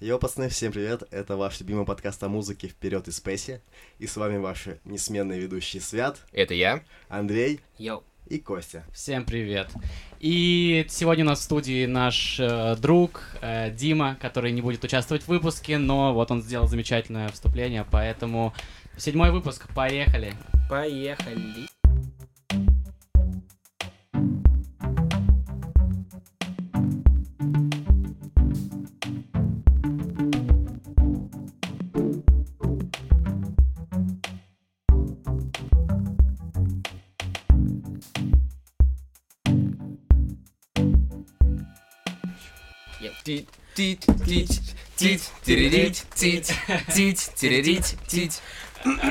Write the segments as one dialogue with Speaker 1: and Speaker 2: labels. Speaker 1: Йо, пацаны, всем привет! Это ваш любимый подкаст о музыке «Вперед из Спейси». И с вами ваши несменные ведущие Свят,
Speaker 2: Это я.
Speaker 1: Андрей
Speaker 3: Йоу.
Speaker 1: и Костя.
Speaker 3: Всем привет. И сегодня у нас в студии наш э, друг э, Дима, который не будет участвовать в выпуске, но вот он сделал замечательное вступление, поэтому седьмой выпуск, поехали.
Speaker 4: Поехали.
Speaker 2: Тить, тить, тить, тить, тиририть, тить, тить, тиририть, тить.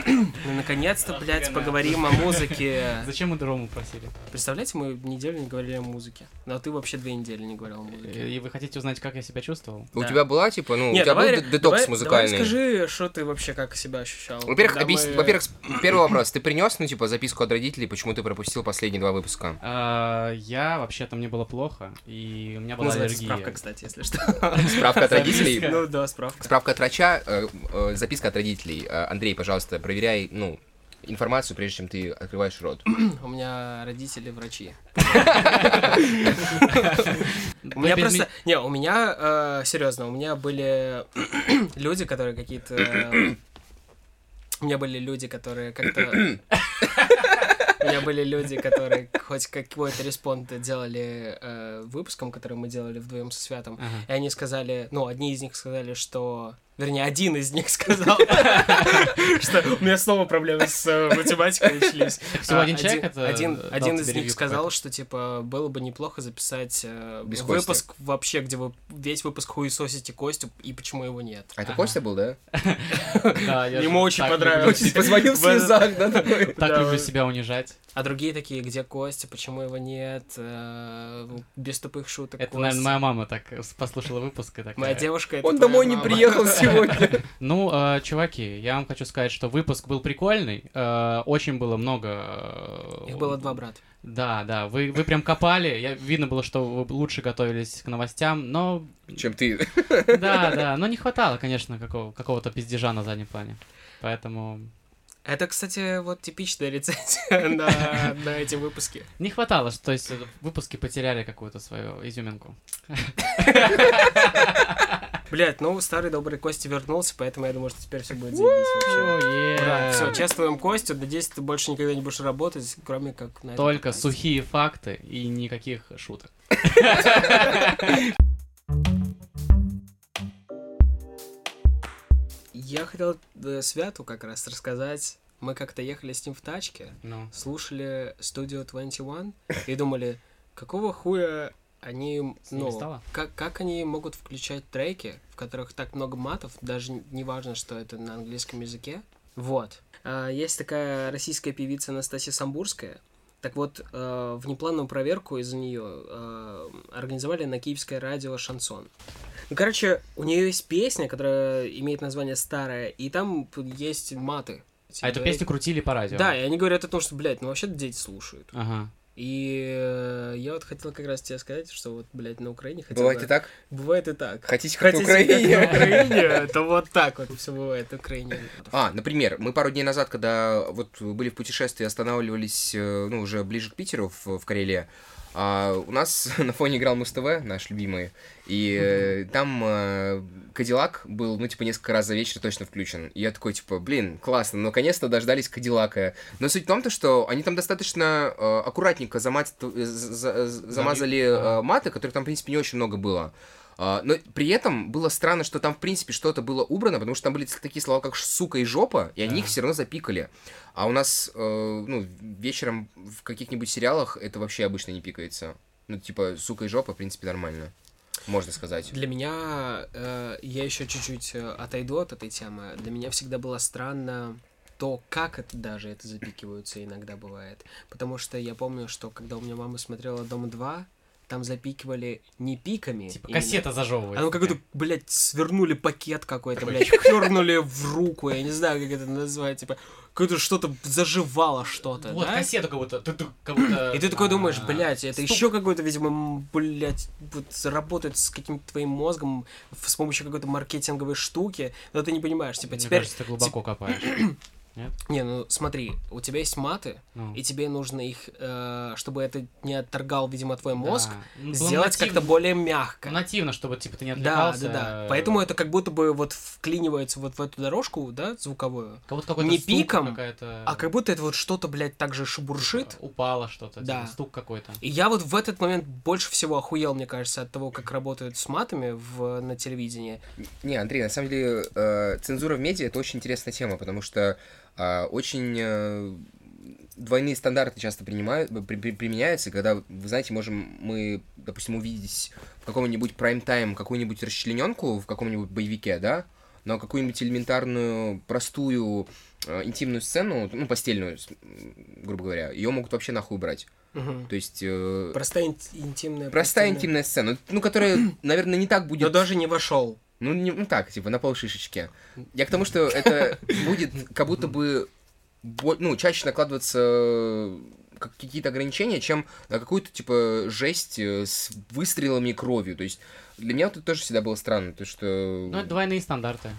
Speaker 4: Ну, наконец-то, блядь,
Speaker 3: Охренеть.
Speaker 4: поговорим о музыке.
Speaker 3: Зачем мы Рому просили?
Speaker 4: Представляете, мы неделю не говорили о музыке. Ну, а ты вообще две недели не говорил о музыке.
Speaker 3: И вы хотите узнать, как я себя чувствовал?
Speaker 2: У
Speaker 4: Да.
Speaker 2: тебя была, типа, ну, у
Speaker 4: Не,
Speaker 2: тебя был
Speaker 4: давай-
Speaker 2: д- детокс
Speaker 4: давай-
Speaker 2: музыкальный? Ну,
Speaker 4: Давай скажи, что ты вообще как себя ощущал.
Speaker 2: Во-первых,
Speaker 4: Когда
Speaker 2: объяс-
Speaker 4: мы-
Speaker 2: во-первых, с- первый вопрос. Ты принес, ну, типа, записку от родителей, почему ты пропустил последние два выпуска?
Speaker 3: А, я вообще-то мне было плохо, и у меня была
Speaker 4: Называется
Speaker 3: аллергия.
Speaker 4: справка, кстати, если что.
Speaker 2: Справка от родителей.
Speaker 4: Ну да, справка.
Speaker 2: Справка от врача, э, э, записка от родителей. Э, Андрей, пожалуйста, проверяй, ну, информацию, прежде чем ты открываешь рот.
Speaker 4: У меня родители врачи.
Speaker 3: Ты
Speaker 4: У меня
Speaker 3: без
Speaker 4: просто... Не, у меня, э, серьезно, у меня были люди, которые какие-то... э, У меня были люди, которые как-то... У меня были люди, которые хоть какой-то респонд делали э, выпуском, который мы делали вдвоем со Святом.
Speaker 3: ми- Ага.
Speaker 4: И они сказали, ну, одни из них сказали, что... Вернее, один из них сказал, что у меня снова проблемы с э, математикой начались.
Speaker 3: Всего
Speaker 4: А,
Speaker 3: один человек это
Speaker 4: один,
Speaker 3: дал
Speaker 4: один
Speaker 3: тебе
Speaker 4: из
Speaker 3: ревью
Speaker 4: них сказал, что типа было бы неплохо записать э,
Speaker 2: Без
Speaker 4: выпуск вообще, где вы весь выпуск хуесосите Костю и почему его нет.
Speaker 2: А это
Speaker 3: Ага.
Speaker 2: Костя был, да?
Speaker 3: какой-то. Да, я
Speaker 4: Ему
Speaker 3: же
Speaker 4: очень
Speaker 3: так
Speaker 4: понравилось.
Speaker 3: люблю-
Speaker 2: Позвонил в слезах, да, такой?
Speaker 3: Так
Speaker 4: Да,
Speaker 3: люблю
Speaker 4: вот.
Speaker 3: себя унижать.
Speaker 4: А другие такие, где Костя, почему его нет, э, без тупых шуток.
Speaker 3: Это,
Speaker 4: Костя.
Speaker 3: наверное, моя мама так э, с- послушала выпуск и такая...
Speaker 4: Моя девушка. это
Speaker 2: Он
Speaker 4: твоя
Speaker 2: домой не
Speaker 4: мама.
Speaker 2: приехал сегодня.
Speaker 3: Ну, э, чуваки, я вам хочу сказать, что выпуск был прикольный. э, очень было много... э,
Speaker 4: Их было два брата.
Speaker 3: Да, да, вы, вы прям копали. Я, видно было, что вы лучше готовились к новостям, но...
Speaker 2: Чем ты.
Speaker 3: Да, да, но не хватало, конечно, какого- какого-то пиздежа на заднем плане. Поэтому...
Speaker 4: Это, кстати, вот типичная рецензия на, на эти выпуски.
Speaker 3: Не хватало, что- то есть э, выпуски потеряли какую-то свою изюминку.
Speaker 4: Блять, ну старый добрый Костя вернулся, поэтому я думаю, что теперь все будет заебись вообще. Ура, все, чествуем Костю, надеюсь, ты больше никогда не будешь работать, кроме как на этом
Speaker 3: Только
Speaker 4: подкасте.
Speaker 3: сухие факты и никаких шуток.
Speaker 4: Я хотел э, Святу как раз рассказать. Мы как-то ехали с ним в тачке,
Speaker 3: Ну,
Speaker 4: слушали Studio 21 и думали, какого хуя они,
Speaker 3: с ними
Speaker 4: ну,
Speaker 3: стало?
Speaker 4: как, как они могут включать треки, в которых так много матов, даже н- не важно, что это на английском языке. Вот. А, Есть такая российская певица Анастасия Самбурская. Так вот, э, внеплановую проверку из-за нее организовали на киевское радио «Шансон». Ну, короче, у нее есть песня, которая имеет название «Старая», и там есть маты.
Speaker 3: А эту песню крутили по радио?
Speaker 4: Да, и они говорят о том, что, блядь, ну вообще дети слушают.
Speaker 3: Ага.
Speaker 4: И э, я вот хотел как раз тебе сказать, что вот, блядь, на Украине хотя
Speaker 2: Бывает
Speaker 4: бы-
Speaker 2: и так?
Speaker 4: Бывает и так.
Speaker 2: Хотите как на
Speaker 4: Хотите как на
Speaker 2: Украине?
Speaker 4: Украине, то вот так вот все бывает на Украине.
Speaker 2: А, например, мы пару дней назад, когда вот были в путешествии, останавливались, э, ну, уже ближе к Питеру в, в Карелии, а, у нас на фоне играл Муз ТВ, наш любимый, и э, там э, Кадиллак был, ну, типа, несколько раз за вечер точно включен. И я такой, типа, блин, классно, наконец-то дождались Кадиллака. Но суть в том, то, что они там достаточно э, аккуратненько замат- э, за- за- замазали
Speaker 3: Ага.
Speaker 2: э, маты, которых там, в принципе, не очень много было. А, Но при этом было странно, что там, в принципе, что-то было убрано, потому что там были такие слова, как «сука» и «жопа», и они
Speaker 3: Да.
Speaker 2: их все равно запикали. А у нас, э, ну, вечером в каких-нибудь сериалах это вообще обычно не пикается. Ну, типа, «сука» и «жопа», в принципе, нормально. Можно сказать.
Speaker 4: Для меня, э, я еще чуть-чуть э, отойду от этой темы, для меня всегда было странно то, как это даже это запикиваются иногда бывает. Потому что я помню, что когда у меня мама смотрела «Дом 2», там запикивали не пиками.
Speaker 3: Типа
Speaker 4: именно,
Speaker 3: кассета
Speaker 4: А
Speaker 3: зажевывается.
Speaker 4: там какой-то, блядь, свернули пакет какой-то, блядь, хернули в руку, я не знаю, как это назвать, типа, какое-то что-то заживало что-то,
Speaker 3: Вот
Speaker 4: да?
Speaker 3: кассету как будто. ты- ты как будто,
Speaker 4: И ты такой
Speaker 3: а,
Speaker 4: думаешь, блядь, это
Speaker 3: стук.
Speaker 4: еще какой-то, видимо, м, блядь, вот работает с каким-то твоим мозгом в- с помощью какой-то маркетинговой штуки, но ты не понимаешь, типа,
Speaker 3: Мне
Speaker 4: теперь...
Speaker 3: кажется, ты глубоко копаешь.
Speaker 4: Не, ну смотри, у тебя есть маты,
Speaker 3: Ну,
Speaker 4: и типа тебе нужно их, э, чтобы это не отторгал, видимо, твой
Speaker 3: да.
Speaker 4: мозг,
Speaker 3: Ну, было
Speaker 4: сделать
Speaker 3: нативно-
Speaker 4: как-то более мягко.
Speaker 3: Нативно, чтобы типа ты не
Speaker 4: Да,
Speaker 3: отвлекался.
Speaker 4: да, да. Поэтому это как будто бы вот вклинивается вот в эту дорожку, да, звуковую.
Speaker 3: Как будто какой-то
Speaker 4: не
Speaker 3: стук,
Speaker 4: пиком,
Speaker 3: какая-то... э,
Speaker 4: А как будто это вот что-то, блядь, так же шебуршит.
Speaker 3: Упало что-то,
Speaker 4: Да.
Speaker 3: типа, стук какой-то.
Speaker 4: И я вот в этот момент больше всего охуел, мне кажется, от того, как работают с матами в, на телевидении.
Speaker 2: Не, Андрей, на самом деле э, цензура в медиа это очень интересная тема, потому что э, очень э, двойные стандарты часто принимают, при- при- применяются, когда, вы знаете, можем мы, допустим, увидеть в каком-нибудь прайм-тайм какую-нибудь расчлененку в каком-нибудь боевике, да, но какую-нибудь элементарную, простую, э, интимную сцену, ну, постельную, с- м, грубо говоря, ее могут вообще нахуй брать.
Speaker 4: Мгм.
Speaker 2: То есть... э,
Speaker 4: Простая ин- интимная...
Speaker 2: Простая
Speaker 4: постельная.
Speaker 2: интимная сцена, ну, которая, наверное, не так
Speaker 4: Но
Speaker 2: будет
Speaker 4: даже не вошел.
Speaker 2: ну, не, ну так, типа, на полшишечки. Я к тому, что это будет как будто бы бо- ну, чаще накладываться э, как- какие-то ограничения, чем на какую-то, типа, жесть э, с выстрелами и кровью. То есть для меня вот это тоже всегда было странно, то что...
Speaker 3: Ну, это двойные стандарты.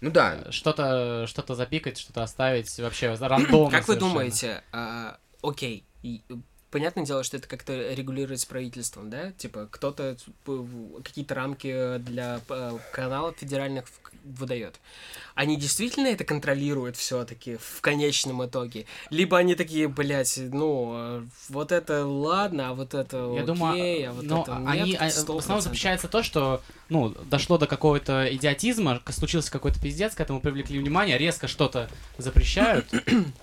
Speaker 2: Ну да,
Speaker 3: Что-то что запикать, что-то оставить вообще рандомно
Speaker 4: Как вы
Speaker 3: совершенно.
Speaker 4: думаете, а, окей, и, э, понятное дело, что это как-то регулируется правительством, да? Типа кто-то п- в- какие-то рамки для э, каналов федеральных в- выдает. Они действительно это контролируют все-таки в конечном итоге? Либо они такие, блядь, ну, э, вот это ладно, а вот это окей,
Speaker 3: Я думаю,
Speaker 4: а вот
Speaker 3: ну,
Speaker 4: это нет,
Speaker 3: они, а, в
Speaker 4: 100%.
Speaker 3: основном запрещается то, что, ну, дошло до какого-то идиотизма, к- случился какой-то пиздец, к этому привлекли внимание, резко что-то запрещают,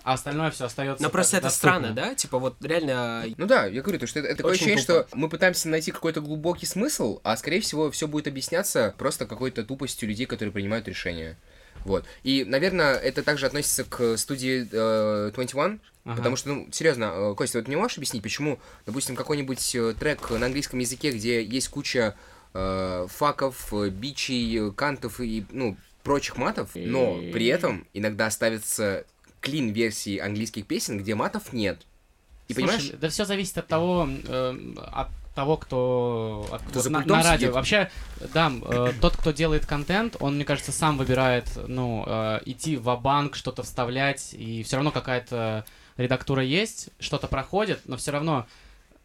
Speaker 3: а остальное все остается.
Speaker 4: Но просто это странно, да? Типа вот реально... э,
Speaker 2: ну да, я говорю, то что это, это такое
Speaker 4: Очень
Speaker 2: ощущение,
Speaker 4: тупо.
Speaker 2: что мы пытаемся найти какой-то глубокий смысл, а скорее всего все будет объясняться просто какой-то тупостью людей, которые принимают решения. Вот. И, наверное, это также относится к студии э, 21, Потому что, ну, серьезно, э, Костя, вот мне можешь объяснить, почему, допустим, какой-нибудь э, трек на английском языке, где есть куча э, факов, э, бичей, э, кантов и, ну, прочих матов, но при этом иногда ставятся клин версии английских песен, где матов нет. И понимаешь?
Speaker 3: Да все зависит от того, эм, от того, кто, от-
Speaker 2: Кто за
Speaker 3: на,
Speaker 2: пультом
Speaker 3: на радио.
Speaker 2: сидит.
Speaker 3: Вообще, да, э, тот, кто делает контент, он, мне кажется, сам выбирает, ну, э, идти в банк что-то вставлять, и все равно какая-то редактура есть, что-то проходит, но все равно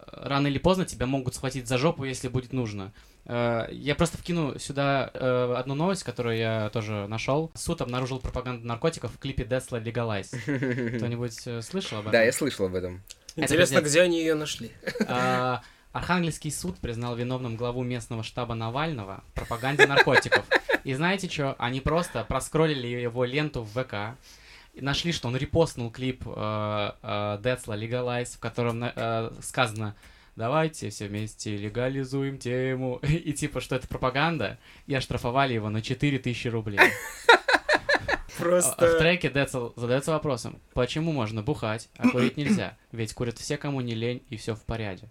Speaker 3: э, рано или поздно тебя могут схватить за жопу, если будет нужно. Э, Я просто вкину сюда э, одну новость, которую я тоже нашел. Суд обнаружил пропаганду наркотиков в клипе Десла Legalize. Кто-нибудь э, слышал об этом?
Speaker 2: Да, я слышал об этом.
Speaker 4: Интересно,
Speaker 3: пиздец.
Speaker 4: где они ее нашли?
Speaker 3: А, Архангельский суд признал виновным главу местного штаба Навального в пропаганде наркотиков. И знаете что? Они просто проскроллили его ленту в ВК, и нашли, что он репостнул клип э, Децла Legalize, в котором на- э, сказано «Давайте все вместе легализуем тему». И типа, что это пропаганда, и оштрафовали его на 4000 рублей. А В
Speaker 4: Просто...
Speaker 3: треке Децл задается вопросом, почему можно бухать, а курить нельзя? Ведь курят все, кому не лень, и все в порядке.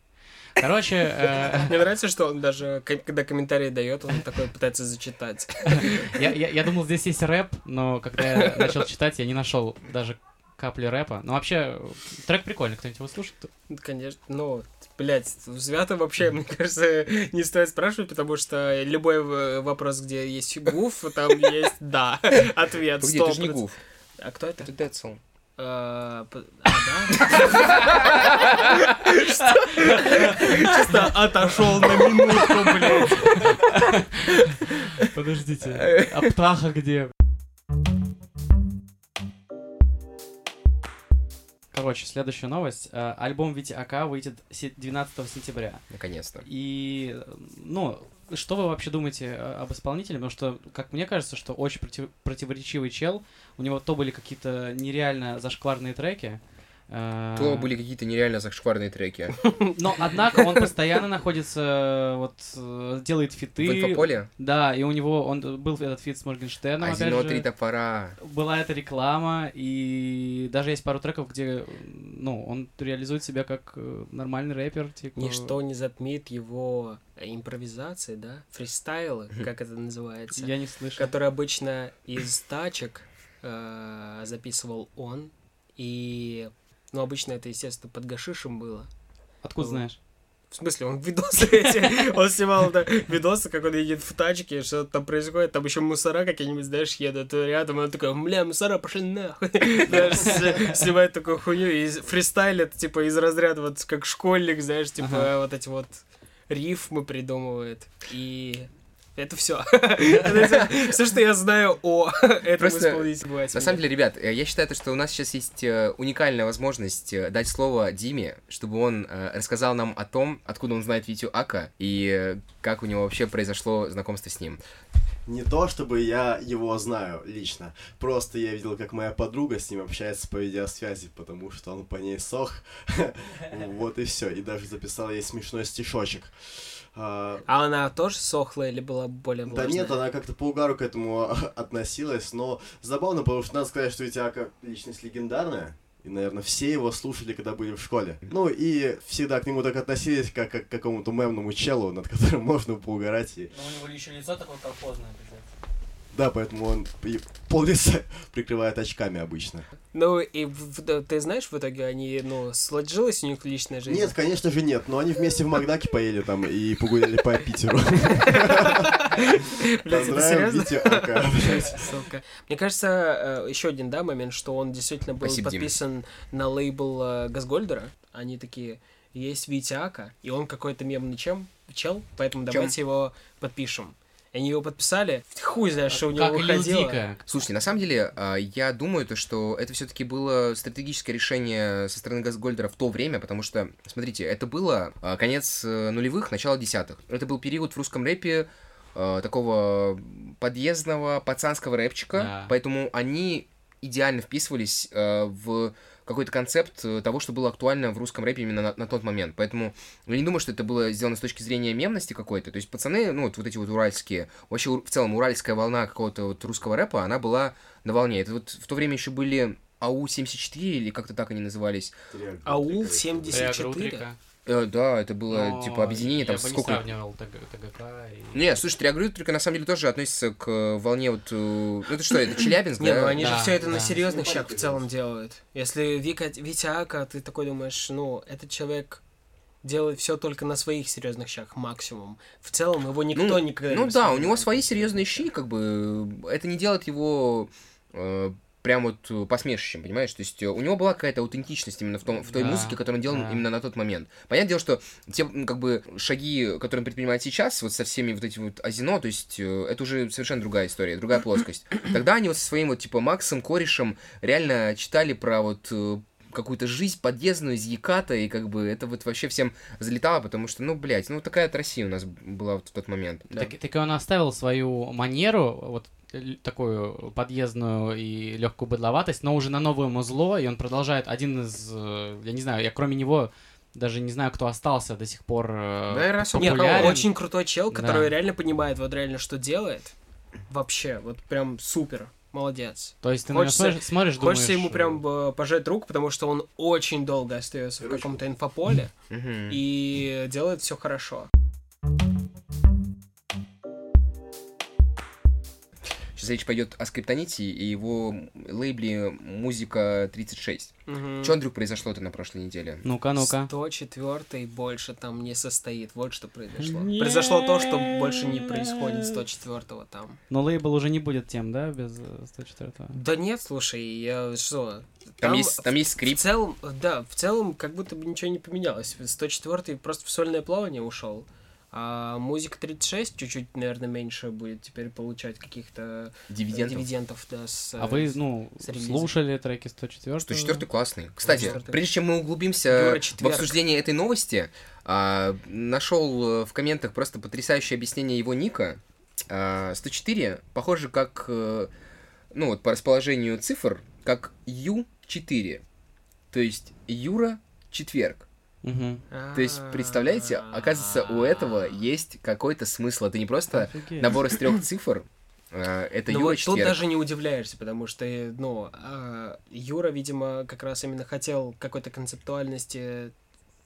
Speaker 3: Короче, э,
Speaker 4: Мне нравится, что он даже, ком- когда комментарии дает, он такой пытается зачитать.
Speaker 3: я, я- я думал, здесь есть рэп, но когда я начал читать, я не нашел даже капли рэпа. Но вообще, трек прикольный, кто-нибудь его слушает?
Speaker 4: Ну, Конечно, ну, блядь, у Звята вообще, мне кажется, не стоит спрашивать, потому что любой в- вопрос, где есть гуф, там есть да, ответ,
Speaker 2: Погоди, это же не
Speaker 4: 100%.
Speaker 2: Гуф,
Speaker 4: А кто это?
Speaker 2: это Децл.
Speaker 4: А, п- а, да? Что? Чисто отошел на минутку, блядь.
Speaker 3: Подождите, а птаха где? Короче, следующая новость. Э, Альбом Вити Ака выйдет се- 12 сентября.
Speaker 2: Наконец-то.
Speaker 3: И, э, ну, что вы вообще думаете э, об исполнителе? Потому что, как мне кажется, что очень против- противоречивый чел. У него то были какие-то нереально зашкварные треки, Э,
Speaker 2: То были какие-то нереально зашкварные треки.
Speaker 3: Но, однако, он постоянно находится, вот, э, делает
Speaker 2: В
Speaker 3: фиты.
Speaker 2: инфополе
Speaker 3: Да, и у него, он э, был этот фит с Моргенштерном, опять
Speaker 2: один,
Speaker 3: же.
Speaker 2: два, А, три топора.
Speaker 3: была эта реклама, и даже есть пару треков, где, ну, он реализует себя как э, нормальный рэпер, типа...
Speaker 4: Ничто не затмит его импровизации, да? Фристайлы, как это называется.
Speaker 3: Я не слышал.
Speaker 4: который обычно из тачек э, записывал он. И, ну, обычно это, естественно, под гашишем было.
Speaker 3: Откуда знаешь?
Speaker 4: В смысле, он видосы эти, он снимал да, видосы, как он едет в тачке, что-то там происходит, там еще мусора какие-нибудь, знаешь, едут рядом, и он такой, бля, мусора, пошли нахуй. Знаешь, с- Снимает такую хуйню и фристайлит, типа, из разряда, вот как школьник, знаешь, типа,
Speaker 3: Ага.
Speaker 4: вот эти вот рифмы придумывает. И это все. Все, что я знаю о этом
Speaker 2: Просто
Speaker 4: исполнителе.
Speaker 2: На самом деле, ребят, э, я считаю, то, что у нас сейчас есть э, уникальная возможность э, дать слово Диме, чтобы он э, рассказал нам о том, откуда он знает Витю Ака и э, как у него вообще произошло знакомство с ним.
Speaker 1: Не то, чтобы я его знаю лично, просто я видел, как моя подруга с ним общается по видеосвязи, потому что он по ней сох. Вот и все. И даже записал ей смешной стишочек. А,
Speaker 4: А она тоже сохла или была более
Speaker 1: Да нет, она как-то по угару к этому относилась, но забавно, потому что надо сказать, что Витяка личность легендарная. И, наверное, все его слушали, когда были в школе. Ну, и всегда к нему так относились, как, как к какому-то мемному челу, над которым можно поугарать. И...
Speaker 5: Но у него еще лицо такое колхозное, пиздец.
Speaker 1: Да, поэтому он и пол лица прикрывает очками обычно.
Speaker 4: Ну, и в- да, ты знаешь, в итоге они, ну, сложилась у них личная жизнь?
Speaker 1: Нет, конечно же нет, но они вместе в Макдаке поели там и погуляли по Питеру.
Speaker 4: Блядь, это
Speaker 1: Поздравим
Speaker 4: серьезно?
Speaker 1: Витю Ака.
Speaker 4: Сука. Мне кажется, э, еще один, да, момент, что он действительно был
Speaker 2: Спасибо, Дима.
Speaker 4: подписан на лейбл э, Газгольдера. Они такие, есть Витяка, и он какой-то мемный чем, чел, поэтому
Speaker 2: Чем?
Speaker 4: давайте его подпишем. И они его подписали, хуй знает, что у него
Speaker 3: Как и Лил
Speaker 4: выходило.
Speaker 3: Дика.
Speaker 2: Слушайте, на самом деле, а, я думаю, то, что это все-таки было стратегическое решение со стороны Газгольдера в то время, потому что, смотрите, это было а, конец э, нулевых, начало десятых. Это был период в русском рэпе э, такого подъездного пацанского рэпчика,
Speaker 3: Да.
Speaker 2: поэтому они идеально вписывались э, в какой-то концепт э, того, что было актуально в русском рэпе именно на, на тот момент. Поэтому я не думаю, что это было сделано с точки зрения мемности какой-то. То есть пацаны, ну вот, вот эти вот уральские, вообще ур- в целом уральская волна какого-то вот русского рэпа, она была на волне. Это вот в то время еще были АУ-74 или как-то так они назывались.
Speaker 4: Аул
Speaker 3: Бля,
Speaker 4: 74.
Speaker 3: Грутрика.
Speaker 2: Э, да, это было
Speaker 4: Ну,
Speaker 3: Но
Speaker 2: типа объединение там
Speaker 3: я бы не
Speaker 2: сколько...
Speaker 3: сравнивал ТГ- ТГК и...
Speaker 2: Не, слушай, Триагрю только на самом деле тоже относится к э, волне вот... э, Ну это что, это Челябинск,
Speaker 4: Не, ну
Speaker 2: да?
Speaker 4: они же
Speaker 3: Да,
Speaker 4: все это на
Speaker 3: да.
Speaker 4: серьезных щах в
Speaker 1: Симпатика,
Speaker 4: целом делают. Если Вика, Витя Ака, ты такой думаешь, ну, этот человек делает все только на своих серьезных щах максимум. В целом его никто никогда не
Speaker 2: Ну да, у него
Speaker 4: воспринимает.
Speaker 2: свои серьезные щи, как бы это не делает его э, прям вот э, посмешищем, понимаешь? То есть э, у него была какая-то аутентичность именно в, том, в той
Speaker 3: Да,
Speaker 2: музыке, которую он делал
Speaker 3: да.
Speaker 2: именно на тот момент. Понятное дело, что те м, как бы шаги, которые он предпринимает сейчас, вот со всеми вот этими вот азино, то есть э, это уже совершенно другая история, другая плоскость. Тогда они вот со своим вот типа Максом, корешем реально читали про вот э, какую-то жизнь подъездную из Яката, и как бы это вот вообще всем залетало, потому что, ну, блядь, ну, такая вот Россия у нас была вот в тот момент.
Speaker 4: Да.
Speaker 3: Так, так и он оставил свою манеру, вот л- такую подъездную и легкую быдловатость, но уже на новое музло, и он продолжает один из, э, я не знаю, я кроме него даже не знаю, кто остался до сих пор э,
Speaker 2: Наверное, особо
Speaker 4: Нет,
Speaker 3: популярен.
Speaker 4: ну, очень крутой чел,
Speaker 3: Да.
Speaker 4: который реально понимает вот реально, что делает. Вообще, вот прям супер. Молодец.
Speaker 3: То есть ты на него
Speaker 4: Хочется-
Speaker 3: смотришь, смотришь,
Speaker 4: Хочется
Speaker 3: думаешь,
Speaker 4: ему прям э, пожать руку, потому что он очень долго остается в
Speaker 1: Ручку.
Speaker 4: каком-то инфополе
Speaker 2: Мгм.
Speaker 4: и делает все хорошо.
Speaker 2: Сейчас речь пойдет о скриптоните и его лейбле Музика 36.
Speaker 4: Мгм.
Speaker 2: Что, Андрюк, произошло-то на прошлой неделе?
Speaker 3: Ну-ка, ну-ка.
Speaker 4: 104 больше там не состоит. Вот что произошло.
Speaker 3: Нет.
Speaker 4: Произошло то, что больше не происходит 104 там.
Speaker 3: Но лейбл уже не будет тем, да, без э, 104
Speaker 4: Да нет, слушай, я что?
Speaker 2: Там, есть, там есть
Speaker 4: В
Speaker 2: скрипт.
Speaker 4: целом, да, в целом как будто бы ничего не поменялось. 104 просто в сольное плавание ушел. А музыка 36 чуть-чуть, наверное, меньше будет теперь получать каких-то э,
Speaker 2: Дивидендов.
Speaker 4: дивидендов. да, с,
Speaker 3: А вы, ну,
Speaker 4: с релиза.
Speaker 3: слушали треки 104
Speaker 2: Что четвертый классный. Кстати,
Speaker 4: 104-й.
Speaker 2: прежде чем мы
Speaker 4: Юра,
Speaker 2: углубимся в
Speaker 4: четверг.
Speaker 2: обсуждение этой новости, нашел в комментах просто потрясающее объяснение его ника. А, 104 похоже как, э, ну вот по расположению цифр, как U4. То есть Юра четверг.
Speaker 3: Мгм.
Speaker 4: э,
Speaker 2: То есть, представляете, оказывается, у этого есть какой-то смысл. Это не просто набор из трех цифр. а, Это
Speaker 4: Ну,
Speaker 2: Юра
Speaker 4: вот тут
Speaker 2: четверг.
Speaker 4: даже не удивляешься, потому что, э, ну, а, Юра, видимо, как раз именно хотел какой-то концептуальности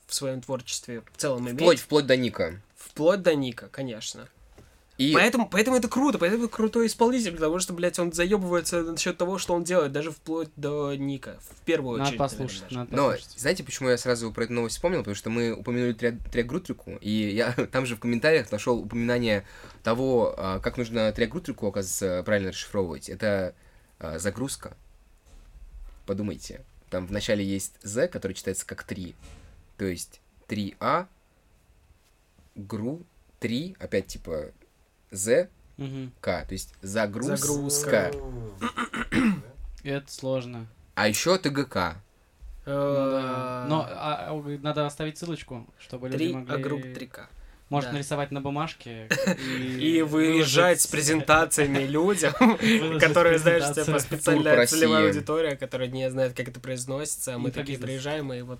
Speaker 4: в своем творчестве в целом иметь.
Speaker 2: Вплоть, вплоть до Ника.
Speaker 4: Вплоть до Ника, конечно.
Speaker 2: И
Speaker 4: Поэтому, поэтому это круто, поэтому это крутой исполнитель, потому что, блядь, он заебывается насчет того, что он делает, даже вплоть до Ника. В первую
Speaker 3: Надо
Speaker 4: очередь.
Speaker 3: послушать,
Speaker 4: наверное,
Speaker 3: надо
Speaker 2: Но
Speaker 3: послушать.
Speaker 2: знаете, почему я сразу про эту новость вспомнил? Потому что мы упомянули триагрутрику, и я там же в комментариях нашел упоминание того, а, как нужно триагрутрику, оказывается, правильно расшифровывать. Это а, загрузка. Подумайте. Там вначале есть Z, который читается как 3. То есть 3А, гру, 3, опять типа Z,
Speaker 3: Мгм.
Speaker 2: К. То есть загрузка.
Speaker 4: Загрузка.
Speaker 3: Это сложно.
Speaker 2: А еще ТГК.
Speaker 3: Ну
Speaker 4: Э,
Speaker 3: да. Но а, а, говорит, надо оставить ссылочку, чтобы люди
Speaker 4: Три
Speaker 3: могли...
Speaker 4: а групп 3К.
Speaker 3: Может
Speaker 4: да.
Speaker 3: нарисовать на бумажке
Speaker 4: И выезжать с презентациями людям,
Speaker 3: выложить
Speaker 4: которые, знаешь, у
Speaker 3: презентацию.
Speaker 4: тебя просто
Speaker 2: Тур
Speaker 4: специальная
Speaker 2: по
Speaker 4: целевая
Speaker 2: России.
Speaker 4: аудитория, которая а не знает, как это произносится, а мы
Speaker 3: И про
Speaker 4: такие
Speaker 3: бизнес.
Speaker 4: приезжаем и вот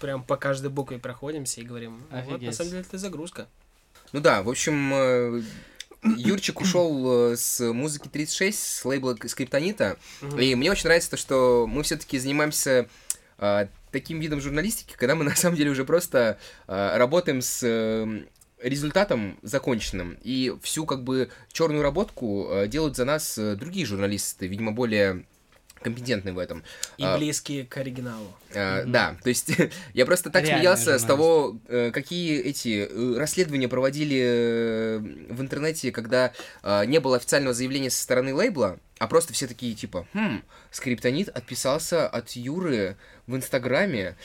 Speaker 4: прям по каждой букве проходимся и говорим, «Ну вот на
Speaker 3: Офигеть.
Speaker 4: самом деле это загрузка.
Speaker 2: Ну да, в общем, э, Юрчик ушел э, с музыки 36, с лейбла Скриптонита.
Speaker 4: Мгм.
Speaker 2: И мне очень нравится то, что мы все-таки занимаемся э, таким видом журналистики, когда мы на самом деле уже просто э, работаем с э, результатом законченным. И всю как бы черную работку э, делают за нас э, другие журналисты, видимо, более компетентные в этом.
Speaker 4: И
Speaker 2: А.
Speaker 4: близкие к оригиналу.
Speaker 2: Э,
Speaker 3: Мгм.
Speaker 2: Да, то есть я просто так
Speaker 3: Реальные
Speaker 2: смеялся с того, э, какие эти э, расследования проводили э, в интернете, когда э, не было официального заявления со стороны лейбла, а просто все такие типа, хм, скриптонит отписался от Юры в Инстаграме.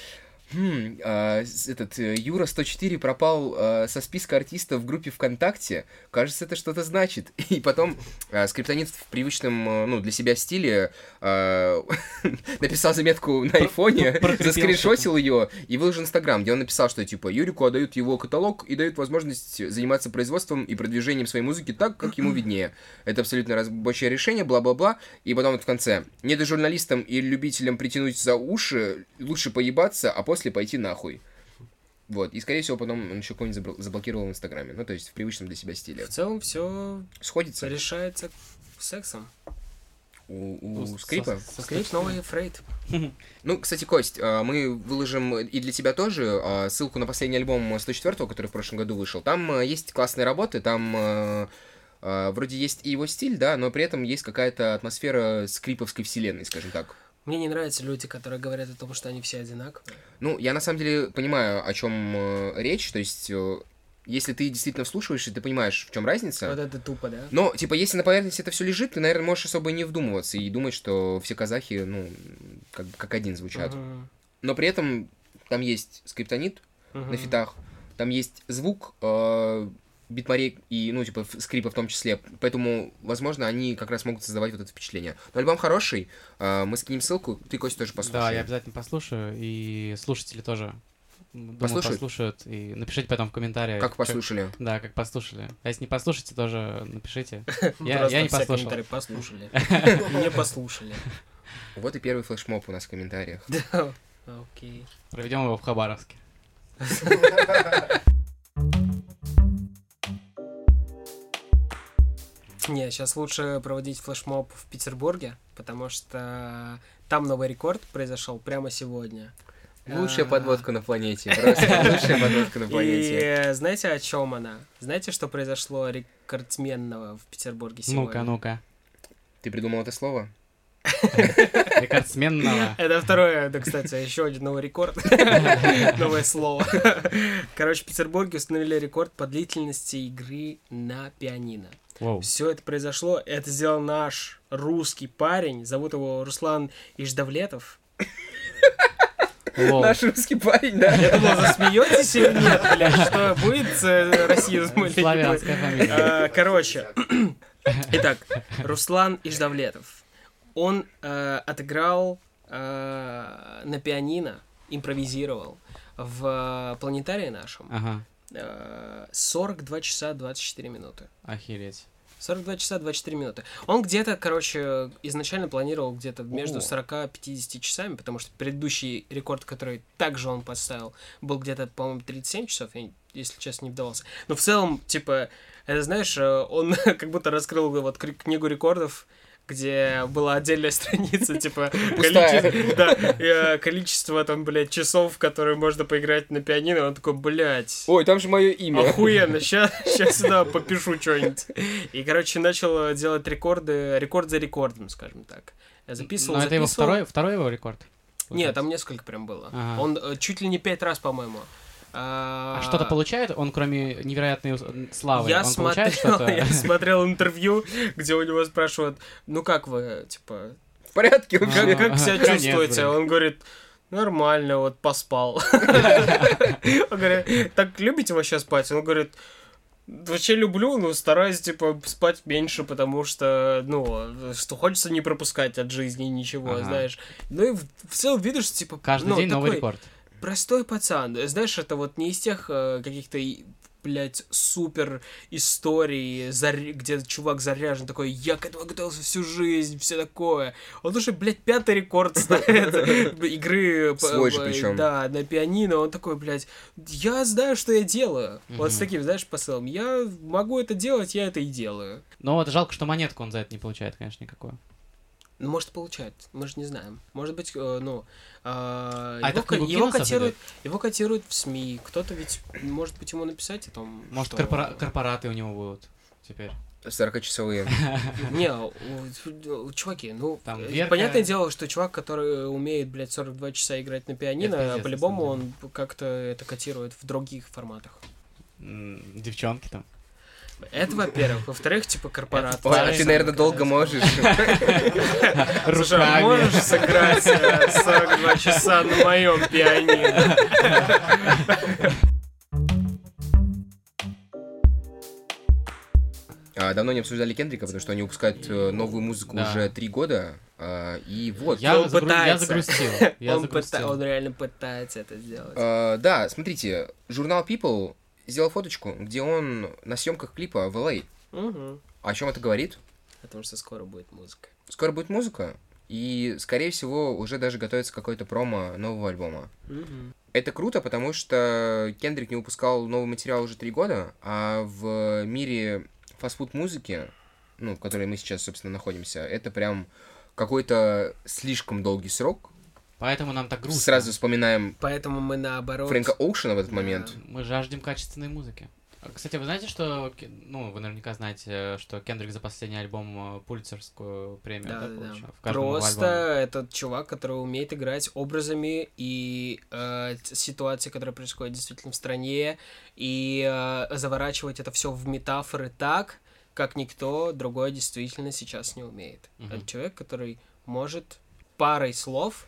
Speaker 2: Хм, а, с- этот э, Юра 104 пропал э, со списка артистов в группе ВКонтакте. Кажется, это что-то значит. И потом э, скриптонит в привычном, э, ну, для себя стиле э, написал заметку на айфоне,
Speaker 3: прокрепил
Speaker 2: заскриншотил ее и выложил в Инстаграм, где он написал, что типа Юрику отдают его каталог и дают возможность заниматься производством и продвижением своей музыки так, как ему виднее. Это абсолютно рабочее решение, бла-бла-бла. И потом вот в конце. Не до журналистам и любителям притянуть за уши, лучше поебаться, а после пойти нахуй. Вот. И, скорее всего, потом он еще кого-нибудь забл- заблокировал в Инстаграме. Ну, то есть в привычном для себя стиле.
Speaker 4: В целом все
Speaker 2: Сходится
Speaker 4: решается сексом.
Speaker 2: у,
Speaker 3: Ну,
Speaker 2: у скрипа.
Speaker 4: Скрип новый фрейд.
Speaker 2: Ну, кстати, Кость, а, мы выложим и для тебя тоже а, ссылку на последний альбом 104-го, который в прошлом году вышел. Там а, есть классные работы, там а, а, вроде есть и его стиль, да, но при этом есть какая-то атмосфера скриповской вселенной, скажем так.
Speaker 4: Мне не нравятся люди, которые говорят о том, что они все одинаковые.
Speaker 2: Ну, я на самом деле понимаю, о чем э, речь, то есть, э, если ты действительно вслушиваешься, ты понимаешь, в чем разница.
Speaker 4: Вот это тупо, да?
Speaker 2: Но, типа, если на поверхности это все лежит, ты, наверное, можешь особо и не вдумываться и думать, что все казахи, ну, как, как один звучат.
Speaker 4: Мгм.
Speaker 2: Но при этом там есть скриптонит
Speaker 4: Мгм.
Speaker 2: на фитах, там есть звук э, битмарей и, ну, типа, ф- скрипа в том числе. Поэтому, возможно, они как раз могут создавать вот это впечатление. Но альбом хороший, э, мы скинем ссылку, ты, Костя, тоже послушай.
Speaker 3: Да, я обязательно послушаю, и слушатели тоже м, думаю,
Speaker 2: Послушают?
Speaker 3: послушают. И напишите потом в комментариях.
Speaker 2: Как
Speaker 3: чё-
Speaker 2: послушали.
Speaker 3: Да, как послушали. А если не послушаете, тоже напишите.
Speaker 4: Ну,
Speaker 3: Я-
Speaker 4: просто
Speaker 3: я не
Speaker 4: все
Speaker 3: послушал.
Speaker 4: комментарии Послушали. Не послушали.
Speaker 2: Вот и первый флешмоб у нас в комментариях.
Speaker 4: Да. Окей.
Speaker 3: Проведем его в Хабаровске.
Speaker 4: Не, сейчас лучше проводить флешмоб в Петербурге, потому что там новый рекорд произошел прямо сегодня.
Speaker 2: Лучшая
Speaker 4: А.
Speaker 2: подводка на планете. Просто лучшая подводка на
Speaker 4: И
Speaker 2: планете.
Speaker 4: э, знаете, о чем она? Знаете, что произошло рекордсменного в Петербурге сегодня?
Speaker 3: Ну-ка, ну. ну-ка.
Speaker 2: Ты придумал это слово?
Speaker 3: Рекордсменного.
Speaker 4: Это второе, да, кстати, еще один новый рекорд. Новое слово. Короче, в Петербурге установили рекорд по длительности игры на пианино.
Speaker 3: Воу.
Speaker 4: Все это произошло. Это сделал наш русский парень. Зовут его Руслан Иждавлетов.
Speaker 3: Лол.
Speaker 2: Наш русский парень, да?
Speaker 4: Я думал, засмеетесь или нет, блядь, что будет э, расизм или не будет.
Speaker 3: Славянская фамилия.
Speaker 4: А, Короче, итак, Руслан Иждавлетов. Он э, отыграл э, на пианино, импровизировал в планетарии нашем
Speaker 3: Ага,
Speaker 4: э, 42 часа 24 минуты.
Speaker 3: охереть.
Speaker 4: 42 часа 24 минуты. Он где-то, короче, изначально планировал где-то между 40-50 часами, потому что предыдущий рекорд, который также он поставил, был где-то, по-моему, 37 часов, я, если честно, не вдавался. Но в целом, типа, это, знаешь, э, он как будто раскрыл вот кри- книгу рекордов, где была отдельная страница, типа,
Speaker 2: Пустая.
Speaker 4: количе- да, э, количество там, блядь, часов, в которые можно поиграть на пианино, он такой, блядь.
Speaker 2: Ой, там же мое имя.
Speaker 4: Охуенно, сейчас, сейчас сюда попишу что-нибудь. И, короче, начал э, делать рекорды, рекорд за рекордом, скажем так. Я записывал,
Speaker 3: Но это его
Speaker 4: записывал.
Speaker 3: второй, второй его рекорд?
Speaker 4: Нет,
Speaker 3: получается?
Speaker 4: там несколько прям было.
Speaker 3: Ага.
Speaker 4: Он э, чуть ли не пять раз, по-моему.
Speaker 3: А что-то получает он, кроме невероятной ус- славы?
Speaker 4: Я
Speaker 3: он
Speaker 4: смотрел,
Speaker 3: получает что-то?
Speaker 4: я смотрел интервью, где у него спрашивают, ну как вы, типа,
Speaker 2: В порядке
Speaker 3: А.
Speaker 4: как,
Speaker 2: вообще.
Speaker 4: как себя
Speaker 3: Конец,
Speaker 4: чувствуете?
Speaker 3: блин.
Speaker 4: Он говорит, нормально, вот поспал. Он говорит, так любите вообще спать? Он говорит, вообще люблю, но стараюсь, типа, спать меньше, потому что, ну, что хочется не пропускать от жизни ничего,
Speaker 3: Ага.
Speaker 4: знаешь. Ну и в, в целом видишь, типа,
Speaker 3: Каждый
Speaker 4: ну,
Speaker 3: день новый
Speaker 4: такой-
Speaker 3: рекорд.
Speaker 4: простой пацан. Знаешь, это вот не из тех э, каких-то, и, блядь, супер историй, заря- где чувак заряжен такой, я к этому готовился всю жизнь, все такое. Он уже, блядь, пятый рекорд ставит игры. п-
Speaker 2: Свой же
Speaker 4: э,
Speaker 2: причём.
Speaker 4: Да, на пианино. Он такой, блядь, я знаю, что я делаю. Вот с
Speaker 3: Мгм.
Speaker 4: таким, знаешь, посылом. Я могу это делать, я это и делаю.
Speaker 3: Но Ну вот жалко, что монетку он за это не получает, конечно, никакую.
Speaker 4: Ну, может, получает. Мы же не знаем. Может быть, э, ну... э,
Speaker 3: А это
Speaker 4: его,
Speaker 3: в
Speaker 4: ко-
Speaker 3: книгу
Speaker 4: его
Speaker 3: Гиннесса
Speaker 4: котируют, его котируют в СМИ. Кто-то ведь, может быть, ему написать о том,
Speaker 3: Может,
Speaker 4: что-
Speaker 3: корпора- корпораты у него будут теперь.
Speaker 2: 40-часовые.
Speaker 4: Не, у- у- чуваки, ну...
Speaker 3: Там
Speaker 4: э,
Speaker 3: Верка-
Speaker 4: Понятное дело, что чувак, который умеет, блядь, 42 часа играть на пианино,
Speaker 3: Это пиздец,
Speaker 4: по-любому
Speaker 3: на
Speaker 4: он как-то это котирует в других форматах.
Speaker 3: М, Девчонки там.
Speaker 4: Это, во-первых. Во-вторых, типа, корпорат.
Speaker 3: Это
Speaker 2: Ой, а ты,
Speaker 3: Парень,
Speaker 2: наверное, долго можешь.
Speaker 4: Слушай, а
Speaker 3: Руками.
Speaker 4: можешь сыграть э, 42 часа на моем пианино?
Speaker 2: А, Давно не обсуждали Кендрика, потому что они выпускают э, новую музыку
Speaker 3: Да.
Speaker 2: уже три года. а, И вот.
Speaker 3: Я,
Speaker 4: Он
Speaker 3: загру- я
Speaker 4: пытается.
Speaker 3: загрустил. Я
Speaker 4: Он, пыта-
Speaker 3: загрустил.
Speaker 4: он реально пытается это сделать.
Speaker 2: Э, Да, смотрите, журнал People сделал фоточку, где он на съемках клипа в LA.
Speaker 4: Мгм.
Speaker 2: О чем это говорит?
Speaker 4: Потому что скоро будет музыка.
Speaker 2: Скоро будет музыка, и, скорее всего, уже даже готовится какое-то промо нового альбома. Это круто, потому что Кендрик не выпускал новый материал уже три года, а в мире фастфуд-музыки, ну, в которой мы сейчас, собственно, находимся, это прям какой-то слишком долгий срок.
Speaker 3: Поэтому нам так грустно.
Speaker 2: Сразу вспоминаем
Speaker 4: Поэтому мы наоборот...
Speaker 2: Фрэнка Оушена в этот момент.
Speaker 3: Мы жаждем качественной музыки. А, Кстати, вы знаете, что... Ке- Ну, вы наверняка знаете, э, что Кендрик за последний альбом э, пулицерскую премию
Speaker 4: Да,
Speaker 3: да,
Speaker 4: да, да.
Speaker 3: получил? В каждом его
Speaker 4: Просто
Speaker 3: альбоме.
Speaker 4: этот чувак, который умеет играть образами и э, т- ситуации, которые происходят действительно в стране, и э, заворачивать это все в метафоры так, как никто другой действительно сейчас не умеет.
Speaker 3: Мгм.
Speaker 4: Это человек, который может парой слов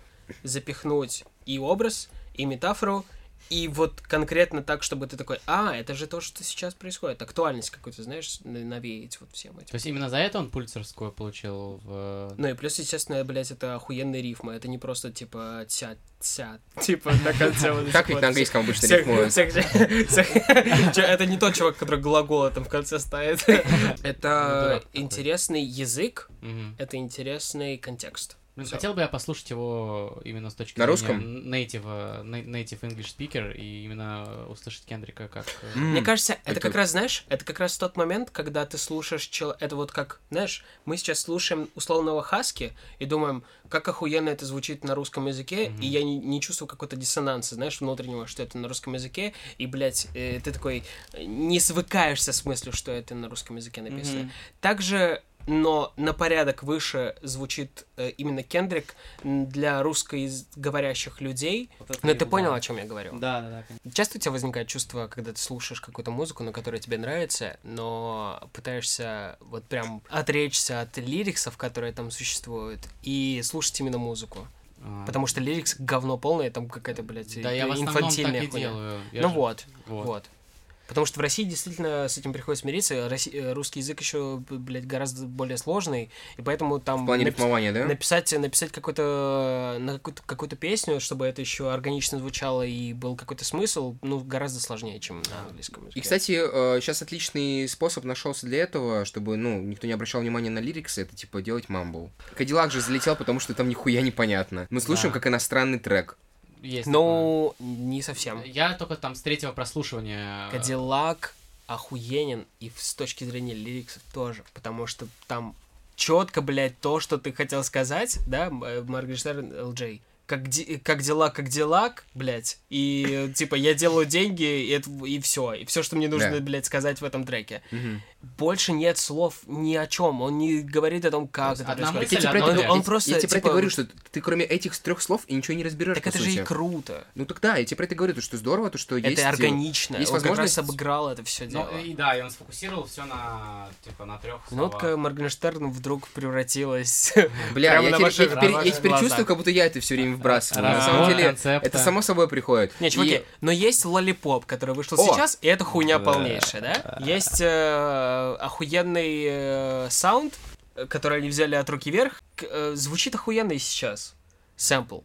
Speaker 4: запихнуть и образ, и метафору, и вот конкретно так, чтобы ты такой, а, это же то, что сейчас происходит, актуальность какую-то, знаешь, на- навеять вот всем этим.
Speaker 3: То есть именно за это он пульцерскую получил в...
Speaker 4: Ну и плюс, естественно, блядь, это охуенные рифмы. Это не просто типа тя тя типа на конце вот
Speaker 2: Как ведь на
Speaker 4: этих вот
Speaker 2: английском обычно
Speaker 4: всех-
Speaker 2: рифмуют?
Speaker 4: всех- всех- Чё, Это не тот чувак, который глагола там в конце ставит. Ну
Speaker 3: дурак
Speaker 4: Это
Speaker 3: такой.
Speaker 4: интересный язык,
Speaker 3: Мгм.
Speaker 4: это интересный контекст.
Speaker 3: Блин,
Speaker 4: Всё.
Speaker 3: хотел бы я послушать его именно с точки
Speaker 2: На
Speaker 3: зрения
Speaker 2: русском?
Speaker 3: native, э, na- native English speaker и именно услышать Кендрика как... э,
Speaker 2: М,
Speaker 4: Мне кажется, это
Speaker 2: это-
Speaker 4: как раз, знаешь, это как раз тот момент, когда ты слушаешь чел... Это вот как, знаешь, мы сейчас слушаем условного хаски и думаем, как охуенно это звучит на русском языке,
Speaker 3: Мгм.
Speaker 4: и я не, не чувствую какой-то диссонанса, знаешь, внутреннего, что это на русском языке, и, блядь, э, ты такой э, не свыкаешься с мыслью, что это на русском языке написано.
Speaker 3: Мгм.
Speaker 4: Также, но на порядок выше звучит э, именно Кендрик м, для русскоговорящих людей.
Speaker 5: Вот это
Speaker 4: Но
Speaker 5: я
Speaker 4: ты
Speaker 5: бы-
Speaker 4: понял, о чем я говорю?
Speaker 5: Да, да, да. конечно.
Speaker 4: Часто у тебя возникает чувство, когда ты слушаешь какую-то музыку, на которая тебе нравится, но пытаешься вот прям отречься от лириксов, которые там существуют, и слушать именно музыку.
Speaker 3: а,
Speaker 4: Потому что лирикс говно полное, там какая-то, блядь, э,
Speaker 3: Да, я в основном так
Speaker 4: инфантильная
Speaker 3: и
Speaker 4: хуйня.
Speaker 3: делаю. Я
Speaker 4: Ну
Speaker 3: же-
Speaker 4: вот,
Speaker 3: вот.
Speaker 4: вот. Потому что в России действительно с этим приходится мириться. Росси- э, Русский язык еще, б- блядь, гораздо более сложный, и поэтому там
Speaker 2: В плане
Speaker 4: напис-
Speaker 2: рифмования, да?
Speaker 4: написать, написать какую-то, на какую-то, какую-то песню, чтобы это еще органично звучало и был какой-то смысл, ну, гораздо сложнее, чем на английском языке.
Speaker 2: И, кстати, сейчас отличный способ нашелся для этого, чтобы, ну, никто не обращал внимания на лириксы, это, типа, делать мамбл. Кадиллак же залетел, потому что там нихуя непонятно. Мы слушаем,
Speaker 3: Да.
Speaker 2: как иностранный трек.
Speaker 3: Есть
Speaker 4: Ну, не
Speaker 3: такое.
Speaker 4: совсем.
Speaker 3: Я только там с третьего прослушивания... э,
Speaker 4: Кадиллак охуенен, и в- с точки зрения лириксов тоже, потому что там четко, блядь, то, что ты хотел сказать, да, э, Маргенштерн ЛД. Как, ди- как дела, как дела, блядь. И э, типа я делаю деньги, и, это, и все. И все, что мне нужно,
Speaker 2: Да.
Speaker 4: блядь, сказать в этом треке.
Speaker 2: Мгм.
Speaker 4: Больше нет слов ни о чем. Он не говорит о том, как
Speaker 3: То есть
Speaker 4: это
Speaker 3: одна
Speaker 4: происходит.
Speaker 2: Я тебе
Speaker 3: Мысль
Speaker 2: про это
Speaker 3: одна,
Speaker 2: говорю,
Speaker 3: он
Speaker 2: я тебе-
Speaker 4: ну, просто,
Speaker 2: я тебе про это
Speaker 4: типа,
Speaker 2: говорю, что ты кроме этих трех слов и ничего не разберешь.
Speaker 4: Так
Speaker 2: по
Speaker 4: это же и
Speaker 2: сути.
Speaker 4: круто.
Speaker 2: Ну так да, я тебе про это говорю, то что здорово, то что есть.
Speaker 4: это
Speaker 2: э,
Speaker 4: органично.
Speaker 2: есть
Speaker 4: он как раз
Speaker 2: возможность-
Speaker 4: обыграл это все дело.
Speaker 3: Ну, и да, и он сфокусировал все на, типа, на трех
Speaker 2: Ну,
Speaker 4: Нотка Моргенштерн вдруг превратилась
Speaker 2: Бля,
Speaker 4: Прямо
Speaker 2: я
Speaker 4: на
Speaker 2: теперь, я
Speaker 4: ваших-
Speaker 2: теперь-
Speaker 4: на
Speaker 2: я
Speaker 4: ваших
Speaker 2: теперь чувствую,
Speaker 4: глазах.
Speaker 2: как будто я это все время вбрасываю. На самом деле, это само собой приходит.
Speaker 4: Не, чуваки,
Speaker 2: И-
Speaker 4: но есть лолипоп, который вышел
Speaker 2: О!
Speaker 4: сейчас, и это хуйня
Speaker 1: Да.
Speaker 4: полнейшая, да? Есть э, охуенный э, саунд, э, который они взяли от руки вверх. К- э, звучит охуенный сейчас. Сэмпл.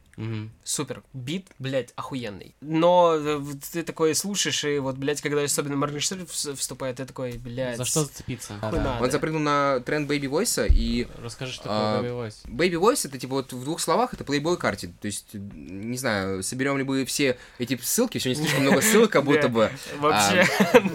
Speaker 4: Супер. Бит, блядь, охуенный. Но э, в- ты такой слушаешь, и вот, блядь, когда особенно Моргенштерн вс- вступает, ты такой, блядь...
Speaker 3: За что зацепиться?
Speaker 4: хуй надо.
Speaker 2: Он запрыгнул на тренд Baby Voice, и
Speaker 3: Расскажи, что
Speaker 2: А,
Speaker 3: такое Baby Voice.
Speaker 2: Baby Voice это типа вот в двух словах это Playboy карте. То есть, не знаю, соберем ли мы все эти ссылки, сегодня слишком много ссылок, как будто бы. А,
Speaker 4: Вообще...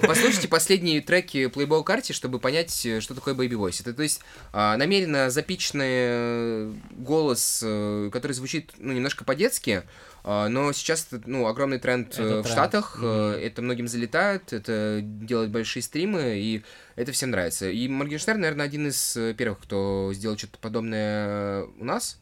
Speaker 2: Послушайте последние треки Playboy карте, чтобы понять, э, что такое Baby Voice. Это то есть а, намеренно запичный э, голос, э, который звучит ну, немножко по-детски, а, но сейчас это, ну, огромный тренд
Speaker 3: Это
Speaker 2: э, в
Speaker 3: тренд.
Speaker 2: Штатах, э,
Speaker 3: Мгм.
Speaker 2: это многим залетает, это делают большие стримы, и это всем нравится. И Моргенштерн, наверное, один из э, первых, кто сделал что-то подобное у нас.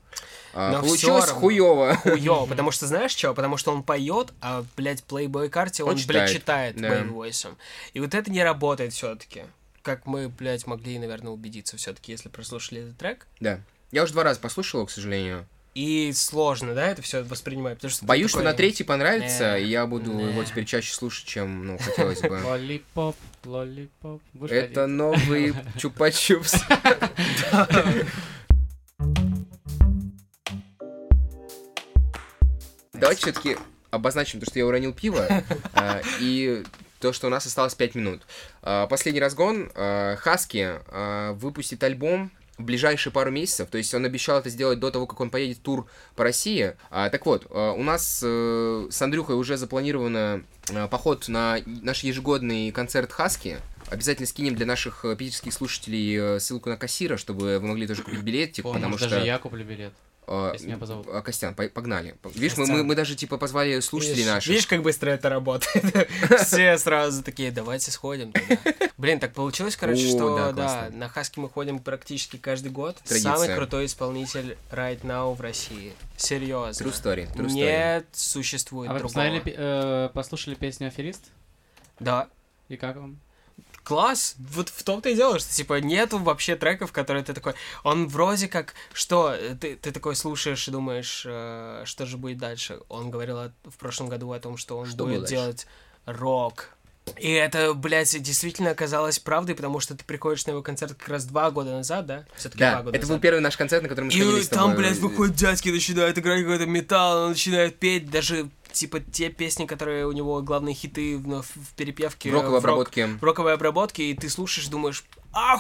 Speaker 2: А,
Speaker 4: Но всё
Speaker 2: Получилось
Speaker 4: равно.
Speaker 2: хуево.
Speaker 4: хуёво, потому что знаешь чё? Потому что он поет, а, блядь, Playboy карте он,
Speaker 2: Он
Speaker 4: блядь,
Speaker 2: читает,
Speaker 4: читает
Speaker 2: да.
Speaker 4: Baby Voice. И вот это не работает все таки Как мы, блядь, могли, наверное, убедиться все таки если прослушали этот трек.
Speaker 2: Да. Я уже два раза послушал, к сожалению.
Speaker 4: И сложно, да, это все воспринимать, потому что... ты
Speaker 2: Боюсь, что
Speaker 4: такой,
Speaker 2: на третий понравится,
Speaker 4: Не,
Speaker 2: и я буду
Speaker 4: не.
Speaker 2: его теперь чаще слушать, чем, ну, хотелось бы.
Speaker 3: Лолипоп, лолипоп. Будешь
Speaker 2: Это
Speaker 3: ходить?
Speaker 2: новый чупа-чупс. Давайте все-таки обозначим то, что я уронил пиво, а, и то, что у нас осталось 5 минут. А, Последний разгон. А, Хаски а, выпустит альбом в ближайшие пару месяцев. То есть он обещал это сделать до того, как он поедет в тур по России. А, так вот, а, у нас э, с Андрюхой уже запланирован э, поход на наш ежегодный концерт Хаски. Обязательно скинем для наших э, питерских слушателей э, ссылку на кассира, чтобы вы могли тоже купить билетик,
Speaker 3: О,
Speaker 2: потому
Speaker 3: может,
Speaker 2: что...
Speaker 3: даже я куплю билет.
Speaker 2: А,
Speaker 3: Если меня позовут.
Speaker 2: а, Костян, по- погнали. Видишь, мы,
Speaker 4: Костян.
Speaker 2: мы, мы даже типа позвали слушателей
Speaker 4: видишь-
Speaker 2: наших.
Speaker 4: Видишь, как быстро это работает? Все сразу такие, давайте сходим туда». Блин, так получилось, короче,
Speaker 2: О, да,
Speaker 4: что, да,
Speaker 2: классно.
Speaker 4: на Хаски мы ходим практически каждый год.
Speaker 2: Традиция.
Speaker 4: Самый крутой исполнитель right now в России. Серьезно.
Speaker 2: True story, true story.
Speaker 4: Нет, существует
Speaker 3: А вы
Speaker 4: другого.
Speaker 3: посмотрели, пе- э, послушали песню «Аферист»?
Speaker 4: Да.
Speaker 3: И как вам?
Speaker 4: Класс! Вот в том-то и дело, что, типа, нету вообще треков, которые ты такой... Он вроде как... Что? э, Ты, ты такой слушаешь и думаешь, э, что же будет дальше? Он говорил о- в прошлом году о том, что он
Speaker 2: Что будет
Speaker 4: будет
Speaker 2: дальше?
Speaker 4: делать рок. И это, блядь, действительно оказалось правдой, потому что ты приходишь на его концерт как раз два года назад, да? Все-таки два
Speaker 2: Да,
Speaker 4: года
Speaker 2: это был
Speaker 4: назад.
Speaker 2: первый наш концерт, на котором мы сходили
Speaker 4: И
Speaker 2: с
Speaker 4: там,
Speaker 2: тобой.
Speaker 4: блядь, выходят дядьки, начинают играть какой-то металл, он начинает петь, даже, типа, те песни, которые у него главные хиты в, в перепевке.
Speaker 2: в роковой
Speaker 4: в рок-
Speaker 2: обработке.
Speaker 4: в роковой обработке, и ты слушаешь, думаешь,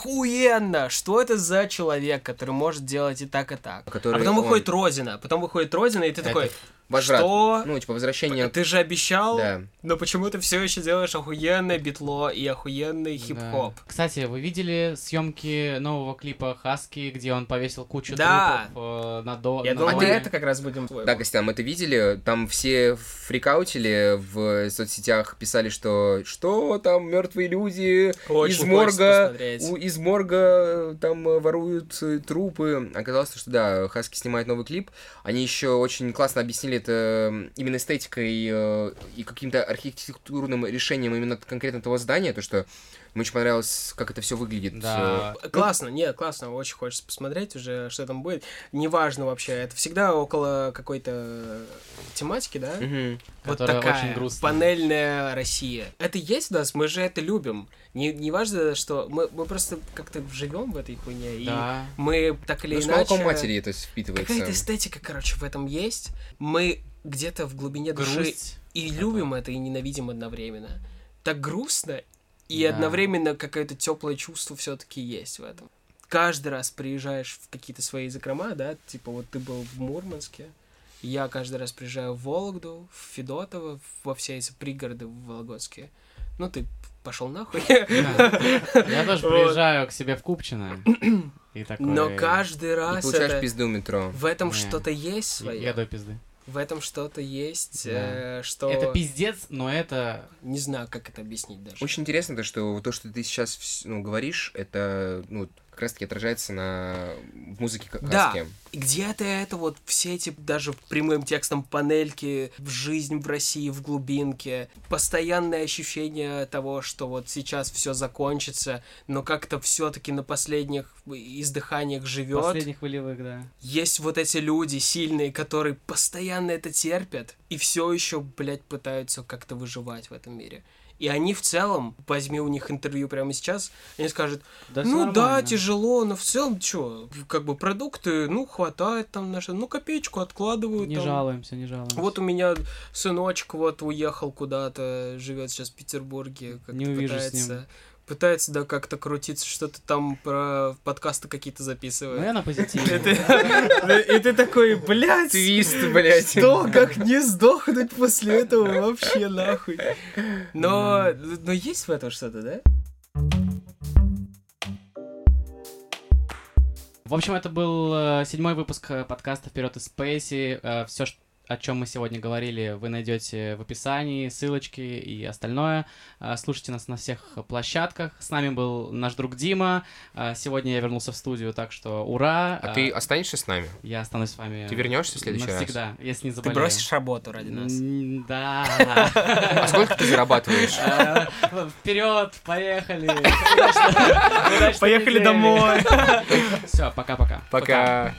Speaker 4: охуенно, что это за человек, который может делать и так, и так.
Speaker 2: Который
Speaker 4: а потом
Speaker 2: он-
Speaker 4: выходит Родина, потом выходит Родина, и ты
Speaker 2: Это
Speaker 4: такой,
Speaker 2: Возврат.
Speaker 4: что?
Speaker 2: Ну, типа возвращение...
Speaker 4: Ты же обещал,
Speaker 2: Да.
Speaker 4: но почему ты все еще делаешь охуенное битло и охуенный хип-хоп?
Speaker 3: Да. Кстати, вы видели съемки нового клипа Хаски, где он повесил кучу
Speaker 4: Да.
Speaker 3: трупов э, на
Speaker 2: А
Speaker 3: до...
Speaker 4: Я
Speaker 3: на
Speaker 4: думаю, мы
Speaker 3: доме?
Speaker 4: это как раз будем...
Speaker 2: Да, Костян, мы это видели, там все фрикаутили в соцсетях, писали, что что там мертвые люди
Speaker 4: Очень
Speaker 2: из
Speaker 4: хочется
Speaker 2: морга,
Speaker 4: посмотреть.
Speaker 2: у- из морга э, там э, воруют э, трупы. Оказалось, что да, Хаски снимает новый клип. Они еще очень классно объяснили это м, именно э, эстетикой э, и каким-то архитектурным решением именно конкретно того здания, то что Мне очень понравилось, как это все выглядит.
Speaker 3: Да.
Speaker 4: Классно, нет, классно, очень хочется посмотреть уже, что там будет. Неважно вообще, это всегда около какой-то тематики, да?
Speaker 2: Э, мгм.
Speaker 4: Вот
Speaker 3: которая
Speaker 4: такая
Speaker 3: очень грустная.
Speaker 4: панельная Россия. Это есть у нас, мы же это любим. Не, не важно, что мы, мы просто как-то живем в этой хуйне,
Speaker 3: Да.
Speaker 4: и мы так или
Speaker 2: Ну, с
Speaker 4: иначе...
Speaker 2: молоком матери это впитывается.
Speaker 4: Какая-то эстетика, короче, в этом есть. Мы где-то в глубине души
Speaker 3: Грусть.
Speaker 4: и любим это, и ненавидим одновременно. Так грустно, и
Speaker 3: Да.
Speaker 4: одновременно какое-то теплое чувство все-таки есть в этом. Каждый раз приезжаешь в какие-то свои закрома, да, типа вот ты был в Мурманске, я каждый раз приезжаю в Вологду, в Федотово, во все эти пригороды в Вологодские. Ну, ты пошел нахуй.
Speaker 3: Я даже
Speaker 4: Вот.
Speaker 3: приезжаю к себе в Купчино. И такой...
Speaker 4: Но каждый
Speaker 2: И
Speaker 4: раз
Speaker 2: получаешь
Speaker 4: это-
Speaker 2: пизду в метро.
Speaker 4: в этом
Speaker 3: Не.
Speaker 4: что-то есть
Speaker 3: Я
Speaker 4: свое.
Speaker 3: я до пизды.
Speaker 4: В этом что-то есть,
Speaker 3: Да.
Speaker 4: э, что...
Speaker 3: Это пиздец, но это...
Speaker 4: Не знаю, как это объяснить даже.
Speaker 2: Очень интересно то, что вот то, что ты сейчас вс- ну, говоришь, это ну, как раз-таки отражается на музыке кавказке.
Speaker 4: И Где-то это вот все эти даже прямым текстом панельки, в жизнь в России, в глубинке, постоянное ощущение того, что вот сейчас все закончится, но как-то все-таки на последних издыханиях живет.
Speaker 3: Последних волевых, да.
Speaker 4: Есть вот эти люди сильные, которые постоянно это терпят и все еще, блядь, пытаются как-то выживать в этом мире. И они в целом, возьми у них интервью прямо сейчас, они скажут, ну да, тяжело, но в целом что, как бы продукты, ну хватает там наши, ну копеечку откладывают.
Speaker 3: Не
Speaker 4: там.
Speaker 3: жалуемся, не жалуемся.
Speaker 4: Вот у меня сыночек вот уехал куда-то, живет сейчас в Петербурге, как-то
Speaker 3: Не увижу с
Speaker 4: пытается,
Speaker 3: ним.
Speaker 4: пытается да как-то крутиться, что-то там про подкасты какие-то
Speaker 3: Ну,
Speaker 4: записывает.
Speaker 3: я на позитиве.
Speaker 4: И ты- и ты такой, блядь,
Speaker 2: Твист, блядь.
Speaker 4: что, как не сдохнуть после этого вообще нахуй? Но, но есть в этом что-то, да?
Speaker 3: В общем, это был э, седьмой выпуск э, подкаста Вперед из Спейси. Все, о чем мы сегодня говорили, вы найдете в описании, ссылочки и остальное. Э, Слушайте нас на всех площадках. С нами был наш друг Дима. Э, Сегодня я вернулся в студию, так что ура!
Speaker 2: А
Speaker 3: Э,
Speaker 2: ты останешься с нами?
Speaker 3: Я останусь с вами
Speaker 2: Ты вернешься в следующий раз?
Speaker 3: навсегда, если не
Speaker 4: Ты
Speaker 3: заболею.
Speaker 4: бросишь работу ради нас.
Speaker 3: М, Да.
Speaker 2: А сколько ты зарабатываешь?
Speaker 3: Э, Вперед, поехали. Удачной недели.
Speaker 4: Поехали домой.
Speaker 3: Все, пока-пока.
Speaker 2: Пока.